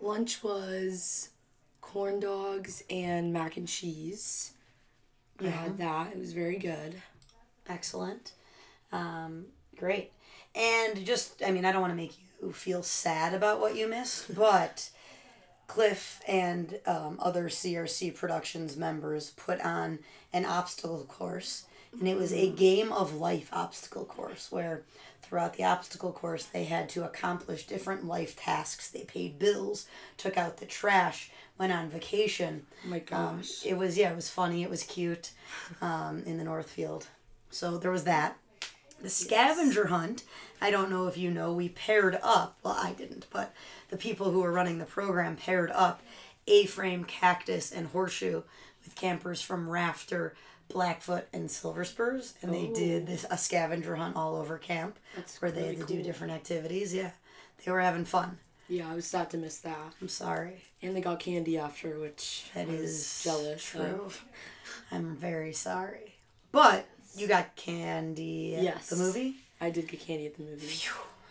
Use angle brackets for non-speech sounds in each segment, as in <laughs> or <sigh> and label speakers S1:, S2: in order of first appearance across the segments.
S1: Lunch was corn dogs and mac and cheese. We had that. It was very good.
S2: Excellent. Um, great. And just, I mean, I don't want to make you feel sad about what you missed, but Cliff and um, other CRC Productions members put on an obstacle course. And it was a
S1: Mm-hmm.
S2: game of life obstacle course where throughout the obstacle course they had to accomplish different life tasks. They paid bills, took out the trash, went on vacation.
S1: Oh my
S2: Um,
S1: gosh.
S2: it was yeah, it was funny. It was cute um, in the Northfield. So there was that. The scavenger hunt. I don't know if you know. We paired up. Well, I didn't, but the people who were running the program paired up A-frame cactus and horseshoe with campers from Rafter, Blackfoot, and Silver Spurs, and they did this a scavenger hunt all over camp where they had to do different activities. Yeah, they were having fun.
S1: yeah, I was sad to miss that.
S2: I'm sorry.
S1: And they got candy after, which
S2: That
S1: I was
S2: is
S1: jealous.
S2: true.
S1: of.
S2: I'm very sorry. But you got candy at
S1: Yes.
S2: the movie?
S1: I did get candy at the movie.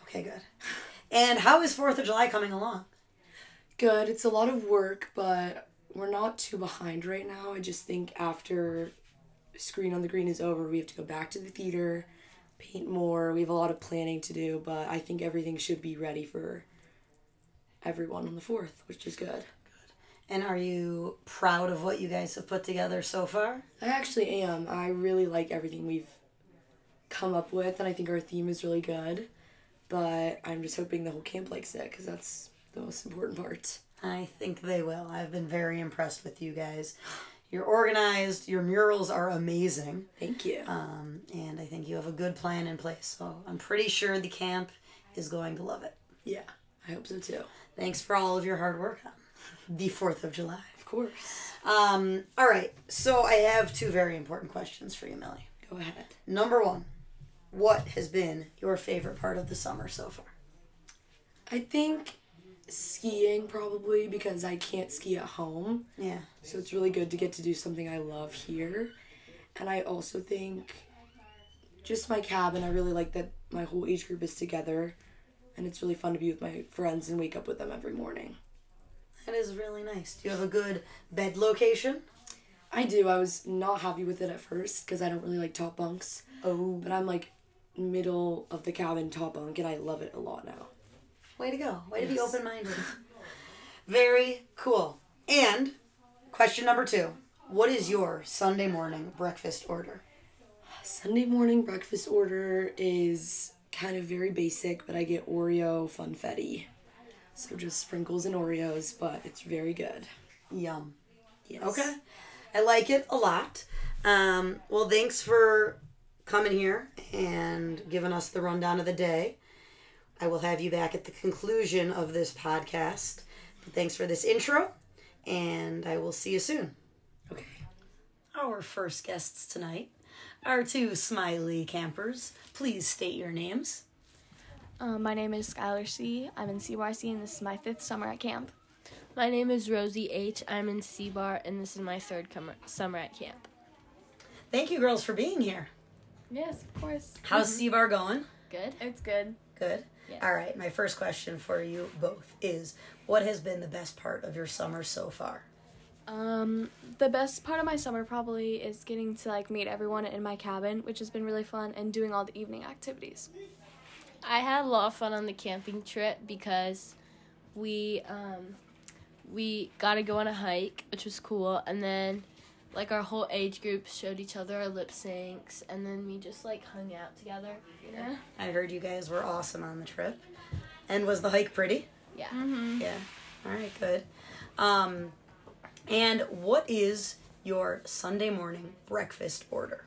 S2: Okay, good. And how is 4th of July coming along?
S1: Good. It's a lot of work, but we're not too behind right now. I just think after Screen on the Green is over, we have to go back to the theater, paint more. We have a lot of planning to do, but I think everything should be ready for everyone on the 4th, which is good.
S2: And are you proud of what you guys have put together so far?
S1: I actually am. I really like everything we've come up with, and I think our theme is really good. But I'm just hoping the whole camp likes it because that's the most important part.
S2: I think they will. I've been very impressed with you guys. You're organized, your murals are amazing,
S1: Thank you.
S2: um, and I think you have a good plan in place. So I'm pretty sure the camp is going to love it.
S1: yeah, I hope so too.
S2: Thanks for all of your hard work on the 4th of July.
S1: Of course.
S2: Um, all right, so I have two very important questions for you, Millie.
S1: Go ahead.
S2: Number one, what has been your favorite part of the summer so far?
S1: I think skiing probably because I can't ski at home.
S2: Yeah.
S1: So it's really good to get to do something I love here. And I also think just my cabin, I really like that my whole age group is together. And it's really fun to be with my friends and wake up with them every morning.
S2: That is really nice. Do you have a good bed location?
S1: I do. I was not happy with it at first because I don't really like top bunks.
S2: Oh.
S1: But I'm like middle of the cabin top bunk and I love it a lot now.
S2: Way to go. Way to be open minded. Very cool. And question number two What is your Sunday morning breakfast order?
S1: Sunday morning breakfast order is kind of very basic, but I get Oreo funfetti. So just sprinkles and Oreos, but it's very good.
S2: Yum.
S1: Yes.
S2: Okay. I like it a lot. Um, well, thanks for coming here and giving us the rundown of the day. I will have you back at the conclusion of this podcast. But thanks for this intro, and I will see you soon.
S1: Okay.
S2: Our first guests tonight are two smiley campers. Please state your names.
S3: Um, my name is Skylar C. I'm in CYC, and this is my fifth summer at camp.
S4: My name is Rosie H. I'm in C Bar, and this is my third com- summer at camp.
S2: Thank you, girls, for being here.
S4: Yes, of course.
S2: How's
S3: Mm-hmm.
S2: Sea Bar going?
S4: Good. It's good.
S2: Good.
S4: Yes.
S2: All right, my first question for you both is what has been the best part of your summer so far?
S3: Um, the best part of my summer probably is getting to like meet everyone in my cabin, which has been really fun, and doing all the evening activities.
S4: I had a lot of fun on the camping trip because we um, we got to go on a hike, which was cool, and then like our whole age group showed each other our lip syncs, and then we just like hung out together. Yeah.
S2: I heard you guys were awesome on the trip. And was the hike pretty?
S4: Yeah.
S2: Yeah. All right, good. Um, and what is your Sunday morning breakfast order?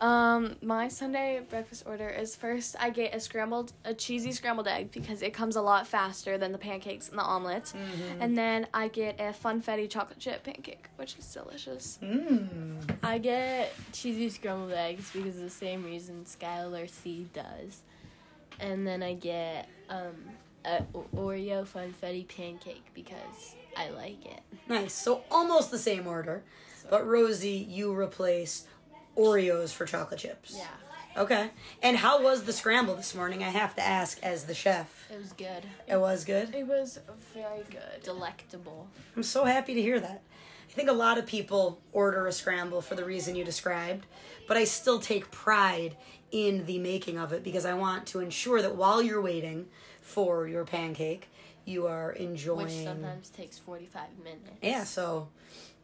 S3: Um, my Sunday breakfast order is first I get a scrambled a cheesy scrambled egg because it comes a lot faster than the pancakes and the omelets,
S2: Mm-hmm.
S3: and then I get a funfetti chocolate chip pancake, which is delicious.
S2: Mmm.
S4: I get cheesy scrambled eggs because of the same reason Skylar C does. And then I get um, a O- Oreo funfetti pancake because I like it.
S2: Nice. So almost the same order, but Rosie, you replace Oreos for chocolate chips.
S4: Yeah.
S2: Okay. And how was the scramble this morning? I have to ask as the chef.
S4: It was good.
S2: It was good.
S3: It was very good.
S4: Delectable.
S2: I'm so happy to hear that. I think a lot of people order a scramble for the reason you described, but I still take pride in the making of it because I want to ensure that while you're waiting for your pancake, you are enjoying.
S4: Which sometimes takes 45 minutes.
S2: Yeah, so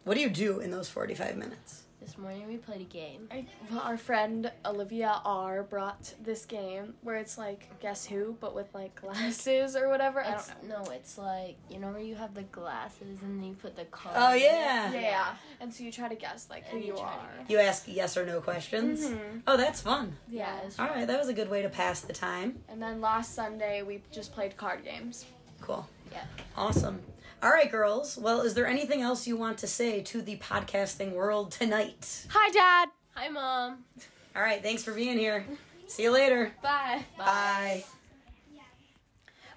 S2: what do you do in those 45 minutes?
S4: This morning we played a game.
S3: I, well, our friend Olivia R brought this game where it's like guess who, but with like glasses or whatever. I
S4: It's,
S3: don't know.
S4: no, it's like, you know where you have the glasses and then you put the card?
S2: Oh,
S4: in it?
S2: yeah.
S3: Yeah, yeah. and so you try to guess like who
S4: And you
S3: you
S4: try
S3: are.
S4: to guess.
S2: You ask yes or no questions.
S4: Mm-hmm.
S2: Oh, that's fun.
S4: Yeah. it was
S2: All right, that was a good way to pass the time.
S3: And then last Sunday we just played card games.
S2: Cool.
S4: Yeah.
S2: Awesome. All right, girls. Well, is there anything else you want to say to the podcasting world tonight?
S3: Hi, Dad.
S4: Hi, Mom.
S2: All right, thanks for being here. See you later.
S3: Bye.
S2: Bye.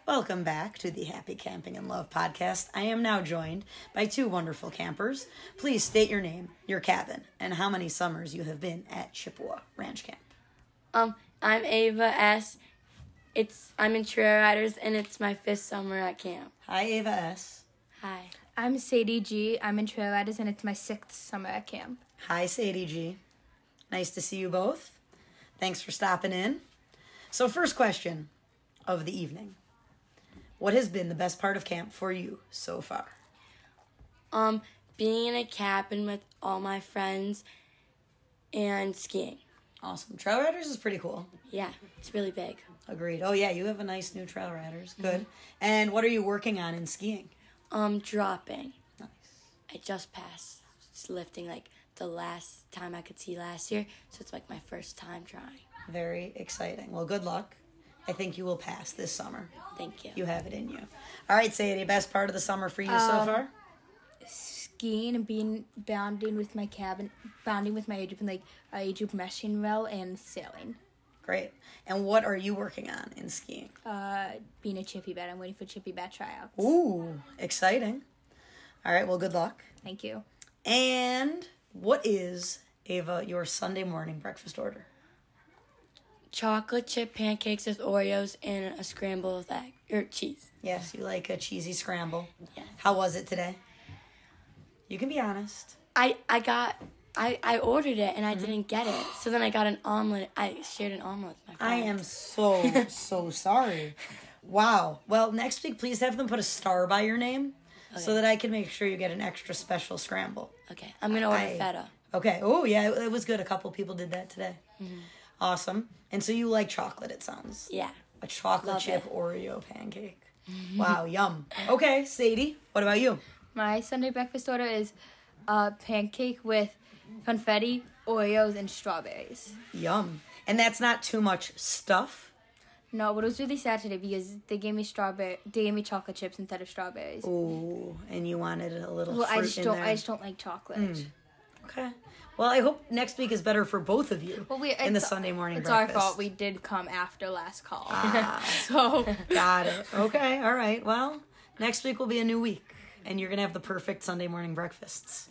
S2: Welcome back to the Happy Camping and Love podcast. I am now joined by two wonderful campers. Please state your name, your cabin, and how many summers you have been at Chippewa Ranch Camp.
S5: Um, I'm Ava S. It's I'm in Trail Riders, and it's my fifth summer at camp.
S2: Hi, Ava S.
S5: Hi.
S6: I'm Sadie G. I'm in Trail Riders, and it's my sixth summer at camp.
S2: Hi, Sadie G. Nice to see you both. Thanks for stopping in. So, first question of the evening What has been the best part of camp for you so far?
S5: Um, being in a cabin with all my friends and skiing.
S2: Awesome. Trail Riders is pretty cool.
S5: Yeah, it's really big. Mm-hmm.
S2: Agreed. Oh, yeah, you have a nice new Trail Riders. Good. And what are you working on in skiing?
S5: Um, dropping.
S2: Nice.
S5: I just passed lifting like the last time I could see last year, so it's like my first time trying.
S2: Very exciting. Well, good luck. I think you will pass this summer.
S5: Thank you.
S2: You have it in you. All right, Sadie, best part of the summer for you so far?
S6: Skiing and being bonding with my cabin, bonding with my age group, and like our age group meshing well, and sailing.
S2: Great. And what are you working on in skiing?
S6: Uh, being a chippy bat. I'm waiting for chippy bat tryouts.
S2: Ooh, exciting. All right, well, good luck.
S6: Thank you.
S2: And what is, Ava, your Sunday morning breakfast order?
S5: Chocolate chip pancakes with Oreos and a scramble with egg or cheese.
S2: Yes, you like a cheesy scramble.
S5: Yes.
S2: How was it today? You can be honest.
S5: I I got I I ordered it and I didn't get it. So then I got an omelet. I shared an omelet with my friend.
S2: I am
S5: <laughs>
S2: so, so sorry. Wow. Well, next week, please have them put a star by your name so that I can make sure you get an extra special scramble.
S5: okay. I'm gonna order
S2: I-
S5: feta.
S2: Okay. Oh, yeah, it, it was good. A couple people did that today.
S7: Mm-hmm.
S2: Awesome. And so you like chocolate, it sounds.
S5: Yeah.
S2: A chocolate
S5: Love
S2: chip
S5: it.
S2: Oreo pancake. wow, yum. Okay, Sadie, what about you?
S6: My Sunday breakfast order is a pancake with confetti, Oreos, and strawberries.
S2: Yum. And that's not too much stuff.
S6: No, but it was really sad today because they gave me strawberry, they gave me chocolate chips instead of strawberries.
S2: Ooh, and you wanted a little
S6: well,
S2: fruit
S6: I just
S2: in
S6: don't,
S2: there. Hmm,
S6: I just don't like chocolate.
S2: Okay. Well, I hope next week is better for both of you.
S6: Well, we
S2: in the
S6: it's-
S2: Sunday morning
S6: It's
S2: breakfast. Ah.
S6: our fault. We did come after last call, so
S2: got it. Okay. All right. Well, next week will be a new week, and you're gonna have the perfect Sunday morning breakfasts.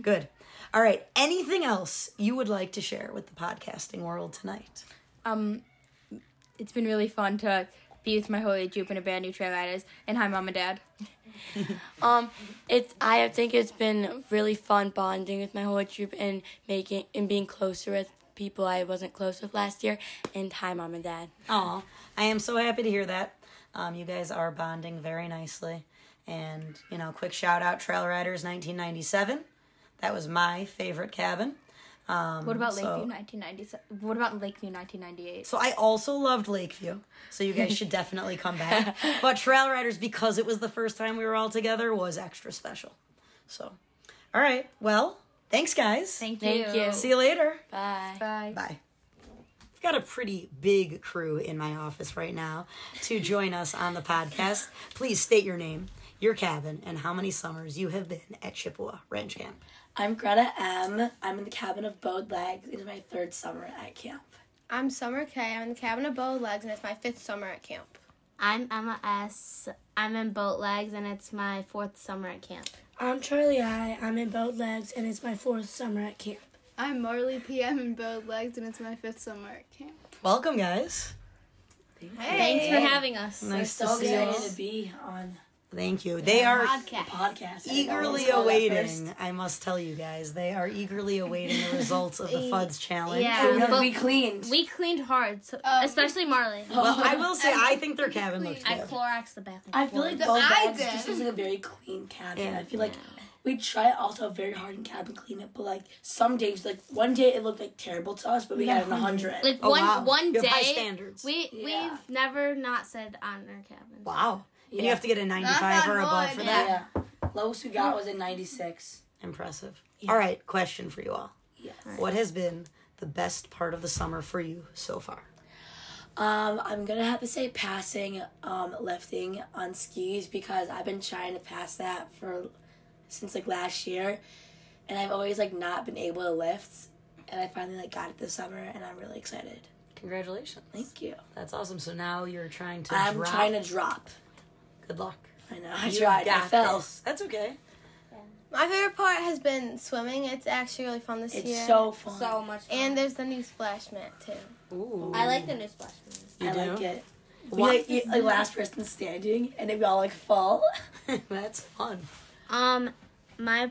S2: Good. All right. Anything else you would like to share with the podcasting world tonight?
S6: <laughs> um, it's been really fun to be with my whole age group and a brand new trail riders. And hi, mom and dad.
S5: Um, it's I think it's been really fun bonding with my whole troop and making and being closer with people I wasn't close with last year. And hi, mom and dad.
S2: Aw, I am so happy to hear that. Um, you guys are bonding very nicely. And, you know, quick shout out Trail Riders 1997. That was my favorite cabin. Um,
S6: What about
S2: so-
S6: Lakeview 1997? What about Lakeview 1998?
S2: So I also loved Lakeview. So you guys should definitely come
S6: <laughs>
S2: back. But Trail Riders, because it was the first time we were all together, was extra special. So, all right. Well, thanks, guys.
S6: Thank you.
S5: Thank you.
S2: See you later.
S5: Bye.
S6: Bye.
S2: Bye. We've got a pretty big crew in my office right now to join us on the podcast. Please state your name, your cabin, and how many summers you have been at Chippewa Ranch Camp.
S5: I'm Greta M. I'm in the cabin of Bowed Legs. It's my third summer at camp.
S8: I'm Summer K. I'm in the cabin of Bow Legs, and it's my fifth summer at camp.
S9: I'm Emma S. I'm in Boat Legs, and it's my fourth summer at camp.
S10: I'm Charlie I. I'm in Boat Legs, and it's my fourth summer at camp.
S8: I'm Marley P. I'm in Bowed Legs, and it's my fifth summer at camp.
S2: Welcome, guys.
S9: Thanks for having us.
S2: Nice to
S5: so
S2: see you.
S5: excited to be on
S2: Thank you. They are
S5: the
S9: Podcast.
S5: podcast. I didn't know what
S2: eagerly
S5: it's called at first.
S2: awaiting. I must tell you guys, they are eagerly awaiting the results of the FUDS challenge.
S9: Yeah,
S5: No,
S9: but
S5: we cleaned.
S9: we cleaned hard, so, especially Marley.
S2: Well, I will say, I think their cabin looks
S9: I
S2: good.
S9: Cloroxed the bathroom.
S5: I feel like
S8: The
S5: Bone
S8: I
S5: Bags just
S8: did.
S5: is like a very clean cabin.
S2: Yeah.
S5: I feel like we try also very hard in cabin cleanup, but like some days, like one day it looked like terrible to us, but we had an 100.
S9: Like
S2: Oh,
S9: one
S2: wow.
S9: one
S2: You have high
S9: day,
S2: standards.
S9: we
S5: Yeah.
S9: we've never not said on our cabin.
S2: Wow. And you
S5: Yeah.
S2: have to get a 95
S8: Knock
S2: or
S8: on
S2: above
S8: wood,
S2: for that.
S5: yeah. Lowest we got was a 96.
S2: Impressive. All right, question for you all.
S5: Yes.
S2: What has been the best part of the summer for you so far?
S5: Um, I'm gonna have to say passing, um, lifting on skis because I've been trying to pass that for since like last year, and I've always like not been able to lift, and I finally like got it this summer, and I'm really excited.
S2: Congratulations.
S5: Thank you.
S2: That's awesome. So now you're trying to
S5: I'm
S2: drop.
S5: trying to drop.
S2: Good luck.
S5: I know. I
S2: You've
S5: tried. I
S2: got
S5: fell.
S2: this. That's okay.
S8: My favorite part has been swimming. It's actually really fun this
S5: It's
S8: year.
S5: so fun.
S9: much.
S8: and there's the new splash mat too.
S2: Ooh.
S9: I like the new splash.
S5: I
S2: do?
S5: like it. We like you- like last person standing, and then we all like fall. <laughs>
S2: That's fun.
S9: Um, my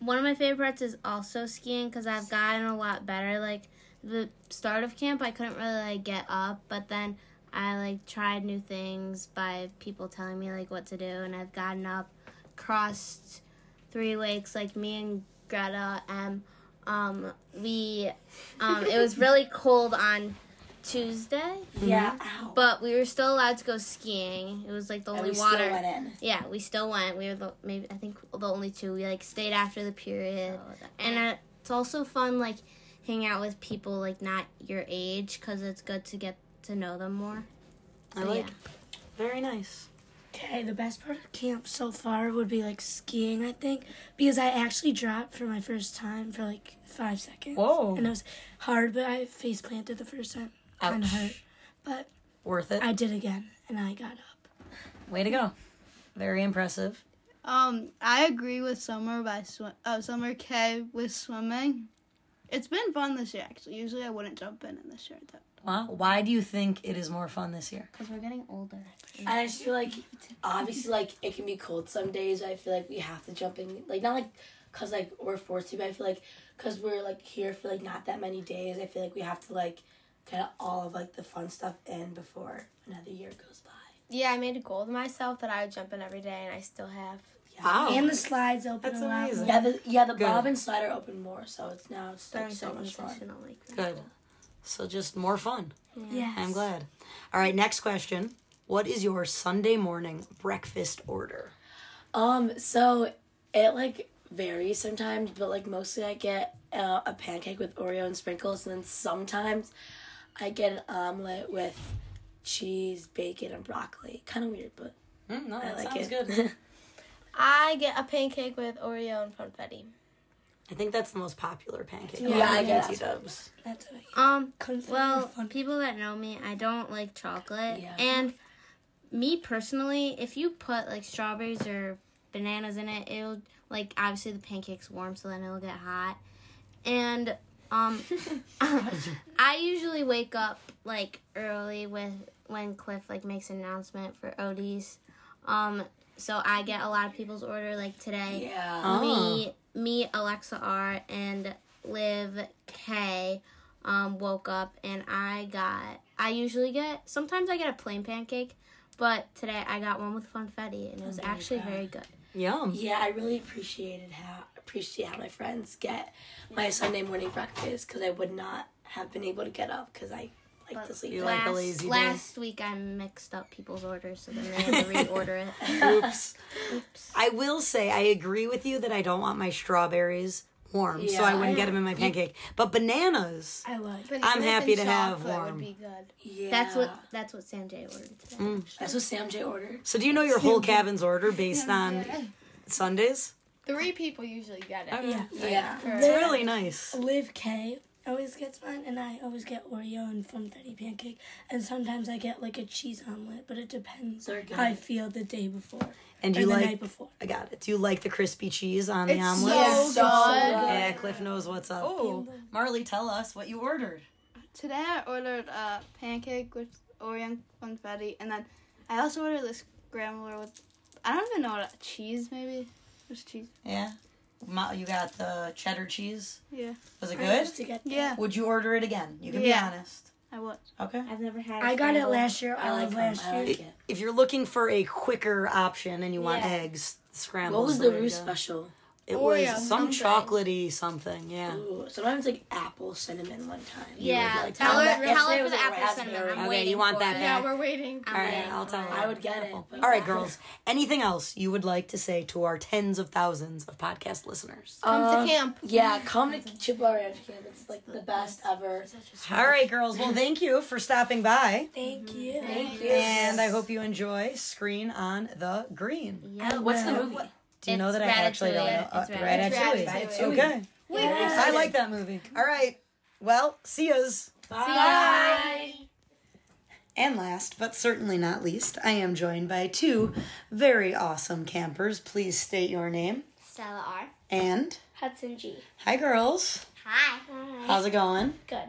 S9: one of my favorite parts is also skiing because I've gotten a lot better. Like the start of camp, I couldn't really like get up, but then I like tried new things by people telling me like what to do, and I've gotten up, crossed three lakes. Like me and Greta, um, um, we, um, it was
S5: <laughs>
S9: really cold on Tuesday,
S5: Yeah. Ow.
S9: but we were still allowed to go skiing. It was like the
S5: Oh. And
S9: only
S5: we
S9: water.
S5: still went in.
S9: Yeah, we still went. We were the, maybe I think the only two. We like stayed after the period,
S5: Oh,
S9: and uh, it's also fun like hanging out with people like not your age because it's good to get to know them more.
S2: I
S9: So,
S2: like.
S9: yeah.
S2: Very nice.
S10: Okay, the best part of camp so far would be like skiing, I think, because I actually dropped for my first time for like five seconds.
S2: Whoa.
S10: And it was hard, but I face planted the first time. Kind
S2: Ouch.
S10: of hurt. But
S2: Worth it.
S10: I did again, and I got up.
S2: Way to go. Very impressive.
S7: Um, I agree with Summer by sw- uh, Summer K with swimming. It's been fun this year, actually. Usually I wouldn't jump in in this year, though.
S2: Wow. Why do you think it is more fun this year?
S9: Cause we're getting older.
S5: I just feel like obviously like it can be cold some days. But I feel like we have to jump in like not like cause like we're forced to, but I feel like cause we're like here for like not that many days. I feel like we have to like get all of like the fun stuff in before another year goes by.
S8: Yeah, I made a goal to myself that I would jump in every day, and I still have.
S2: Wow.
S10: And the slides open
S2: That's
S10: a lot.
S2: amazing.
S10: more.
S5: Yeah, the yeah the
S2: Good.
S5: bob and slide are open more, so it's now it's like, so much fun.
S9: Session, I like that.
S2: Good. So just more fun.
S10: Yes.
S2: I'm glad. All right, next question. What is your Sunday morning breakfast order?
S5: Um, so it like varies sometimes, but like mostly I get uh, a pancake with Oreo and sprinkles, and then sometimes I get an omelet with cheese, bacon, and broccoli. Kind of weird, but
S2: Mm,
S8: Oh,
S2: no,
S5: I
S2: that
S5: like
S2: sounds
S5: it. <laughs>
S2: good.
S8: I get a pancake with Oreo and funfetti.
S2: I think that's the most popular pancake.
S5: yeah, I get that.
S2: dubs.
S10: That's what I
S9: Um,
S10: couldn't find
S9: well,
S10: fun.
S9: people that know me, I don't like chocolate,
S5: Yeah.
S9: and me personally, if you put like strawberries or bananas in it, it'll like obviously the pancake's warm, so then it'll get hot, and um, I usually wake up like early with when Cliff like makes an announcement for Odie's, um, so I get a lot of people's order like today
S5: Yeah.
S9: me, me, Alexa R, and Liv K, um, woke up and I got. I usually get. Sometimes I get a plain pancake, but today I got one with funfetti,
S5: Oh,
S9: and it was actually very good.
S2: Yum.
S5: Yeah, I really appreciated how appreciate how my friends get my Sunday morning breakfast because I would not have been able to get up because I like to sleep.
S2: You
S5: in.
S2: like a
S9: Last,
S2: lazy day.
S9: last week I mixed up people's orders, so then I had to
S2: <laughs>
S9: reorder it.
S5: <laughs>
S2: Oops. I will say I agree with you that I don't want my strawberries warm, so I
S5: Yeah.
S2: wouldn't get them in my pancake. But bananas,
S10: I like.
S2: I'm happy to have
S8: Would
S2: warm.
S8: be good.
S5: yeah.
S9: That's what that's what Sam J ordered today.
S5: that's what Sam J ordered.
S2: Mm. So do you know your whole cabin's order based on Sundays?
S8: Three people usually get it.
S2: Yeah.
S5: Yeah.
S2: It's really nice.
S10: Liv K always gets mine, and I always get Oreo and funfetti pancake, and sometimes I get like a cheese omelet, but it depends how I feel the day before
S2: And
S10: or
S2: you
S10: the
S2: like
S10: night before.
S2: I got it. Do you like the crispy cheese on the
S10: It's
S2: omelet?
S10: so Yeah, so good. good.
S2: Yeah, Cliff knows what's up.
S7: Oh.
S2: Marley, tell us what you ordered.
S7: Today I ordered a pancake with Oreo funfetti, and then I also ordered this scrambler with I don't even know what cheese maybe. There's cheese.
S2: Yeah. Ma- You got the cheddar cheese.
S7: Yeah.
S2: Was it
S7: I
S2: good?
S7: used to get that. Yeah.
S2: Would you order it again? You can
S7: Yeah.
S2: be honest.
S7: I would.
S2: Okay.
S7: I've never had.
S10: I got it last year. I, like last year.
S2: If you're looking for a quicker option and you want
S10: Yeah. Oh,
S2: eggs, scramble.
S5: What was the roux special?
S2: It
S5: Oreo,
S2: was some
S5: something.
S2: chocolatey something. Yeah.
S5: Ooh, sometimes like apple cinnamon one time.
S2: Yeah,
S5: You would, like, "Oh,
S2: tell her-
S5: yesterday
S2: tell her
S5: it
S9: for
S5: was
S9: the
S5: a
S9: apple
S5: raspberry.
S9: cinnamon. I'm
S2: Okay, you want that
S5: Yeah,
S2: back?
S5: we're
S7: waiting.
S2: All right, I'll tell her.
S5: I would get it. but-
S2: All right, girls. Anything else you would like to say to our tens of thousands of podcast listeners?
S10: Uh,
S5: Um, Yeah, come to Chippewa Ranch camp. It's like the best ever.
S2: All right, girls. Well, thank you for stopping by.
S10: Thank you.
S5: Thank you.
S2: And I hope you enjoy Screen on the Green.
S5: Yeah. What's the movie?
S2: Do you know that I actually don't know? Uh,
S5: Ratatouille. It's
S2: Ratatouille.
S5: Ratatouille.
S2: It's
S5: Ratatouille.
S2: Okay.
S5: Wait,
S2: I like that movie. All right. Well, see yous. And last, but certainly not least, I am joined by two very awesome campers. Please state your name.
S11: Stella R.
S2: And
S11: Hudson G.
S2: hi, girls.
S11: Hi.
S2: How's it going?
S11: Good.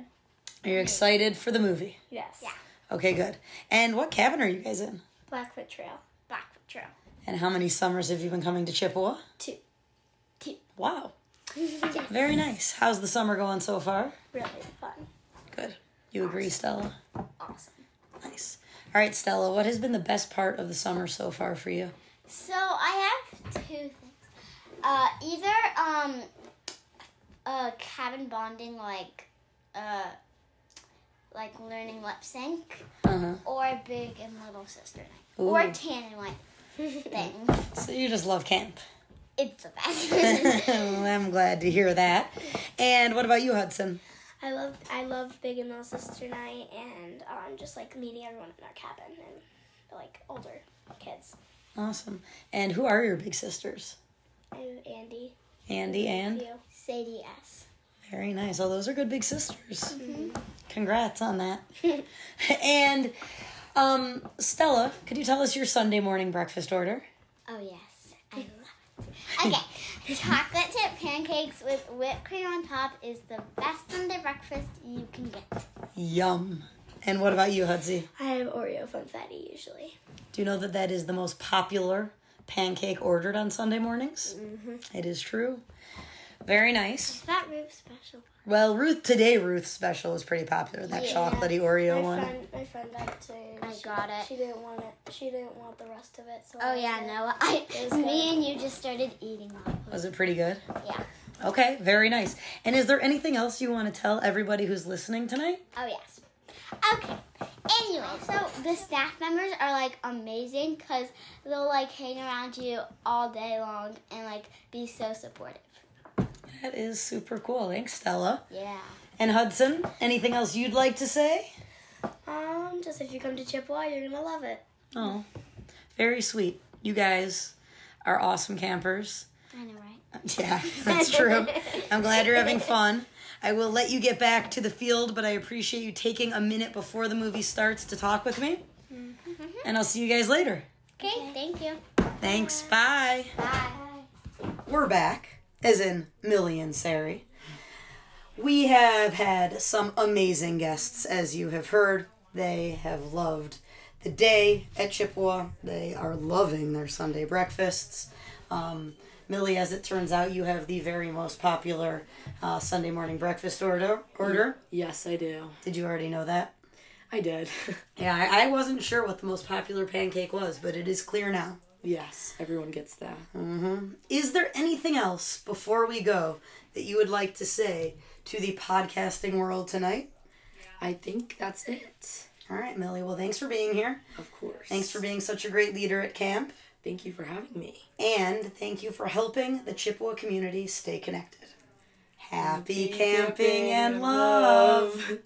S2: Are you excited for the movie?
S11: Yes. Yeah.
S2: Okay, good. And what cabin are you guys in?
S11: Blackfoot Trail. Blackfoot Trail.
S2: And how many summers have you been coming to Chippewa?
S11: Two. Two.
S2: Wow. Very nice. How's the summer going so far?
S11: Really fun.
S2: Good. You agree, Stella? Awesome. Nice. All right, Stella, what has been the best part of the summer so far for you?
S11: So I have two things. Uh, either um, uh, cabin bonding, like uh, like learning lip sync,
S2: Uh-huh.
S11: or big and little sister night,
S2: Ooh.
S11: or tan and white <laughs> things.
S2: So you just love camp. <laughs>
S11: It's the best. <laughs>
S2: Well, I'm glad to hear that. And what about you, Hudson?
S11: I love I love Big and Little Sister Night and um, just like meeting everyone in our cabin and like older kids.
S2: Awesome. And who are your big sisters?
S11: And Andy.
S2: Andy and?
S11: You. Sadie S.
S2: Very nice. Oh, those are good big sisters. Congrats on that. and um, Stella, could you tell us your Sunday morning breakfast order?
S11: Oh yes, <laughs> I love it. Okay, chocolate chip pancakes with whipped cream on top is the best Sunday breakfast you can get.
S2: Yum. And what about you, Hudsy?
S11: I have Oreo funfetti usually.
S2: Do you know that that is the most popular pancake ordered on Sunday mornings?
S11: Mm-hmm.
S2: It is true. Very
S11: Is
S2: nice.
S11: that Rube special?
S2: Well, Ruth today Ruth's special was pretty popular. That
S11: Yeah.
S2: chocolatey Oreo
S11: My
S2: one.
S11: friend- my friend liked it.
S9: I
S11: she,
S9: got it.
S11: She didn't want it. She didn't want the rest of it. So
S9: Oh, yeah,
S11: no. I, <laughs> me and you just started eating.
S2: Was it pretty good?
S11: Yeah.
S2: Okay, very nice. And is there anything else you want to tell everybody who's listening tonight?
S11: Oh yes. Okay. Anyway, so the staff members are like amazing because they'll like hang around you all day long and like be so supportive.
S2: That is super cool. Thanks, Stella.
S11: Yeah.
S2: And Hudson, anything else you'd like to say?
S11: Um, just if you come to Chippewa, you're gonna love it.
S2: Oh, very sweet. You guys are awesome campers.
S11: I know,
S2: <laughs>
S11: right?
S2: Yeah, that's true. I'm glad you're having fun. I will let you get back to the field, but I appreciate you taking a minute before the movie starts to talk with me.
S11: Mm-hmm.
S2: And I'll see you guys later.
S11: Okay. Thank you.
S2: Thanks. Bye. Bye. We're back, as in Millie and Sari. We have had some amazing guests, as you have heard. They have loved the day at Chippewa. They are loving their Sunday breakfasts. Um, Millie, as it turns out, you have the very most popular uh, Sunday morning breakfast order. Order.
S1: Yes, I do.
S2: Did you already know that?
S1: I did. <laughs>
S2: Yeah, I, I wasn't sure what the most popular pancake was, but it is clear now.
S1: yes, everyone gets that.
S2: Mm-hmm. Is there anything else before we go that you would like to say to the podcasting world tonight?
S1: I think that's it.
S2: All right, Millie. Well, thanks for being here.
S1: Of course.
S2: Thanks for being such a great leader at camp.
S1: Thank you for having me.
S2: And thank you for helping the Chippewa community stay connected.
S1: Happy
S2: Happy, camping,
S1: camping
S2: and
S1: and
S2: love.
S1: love.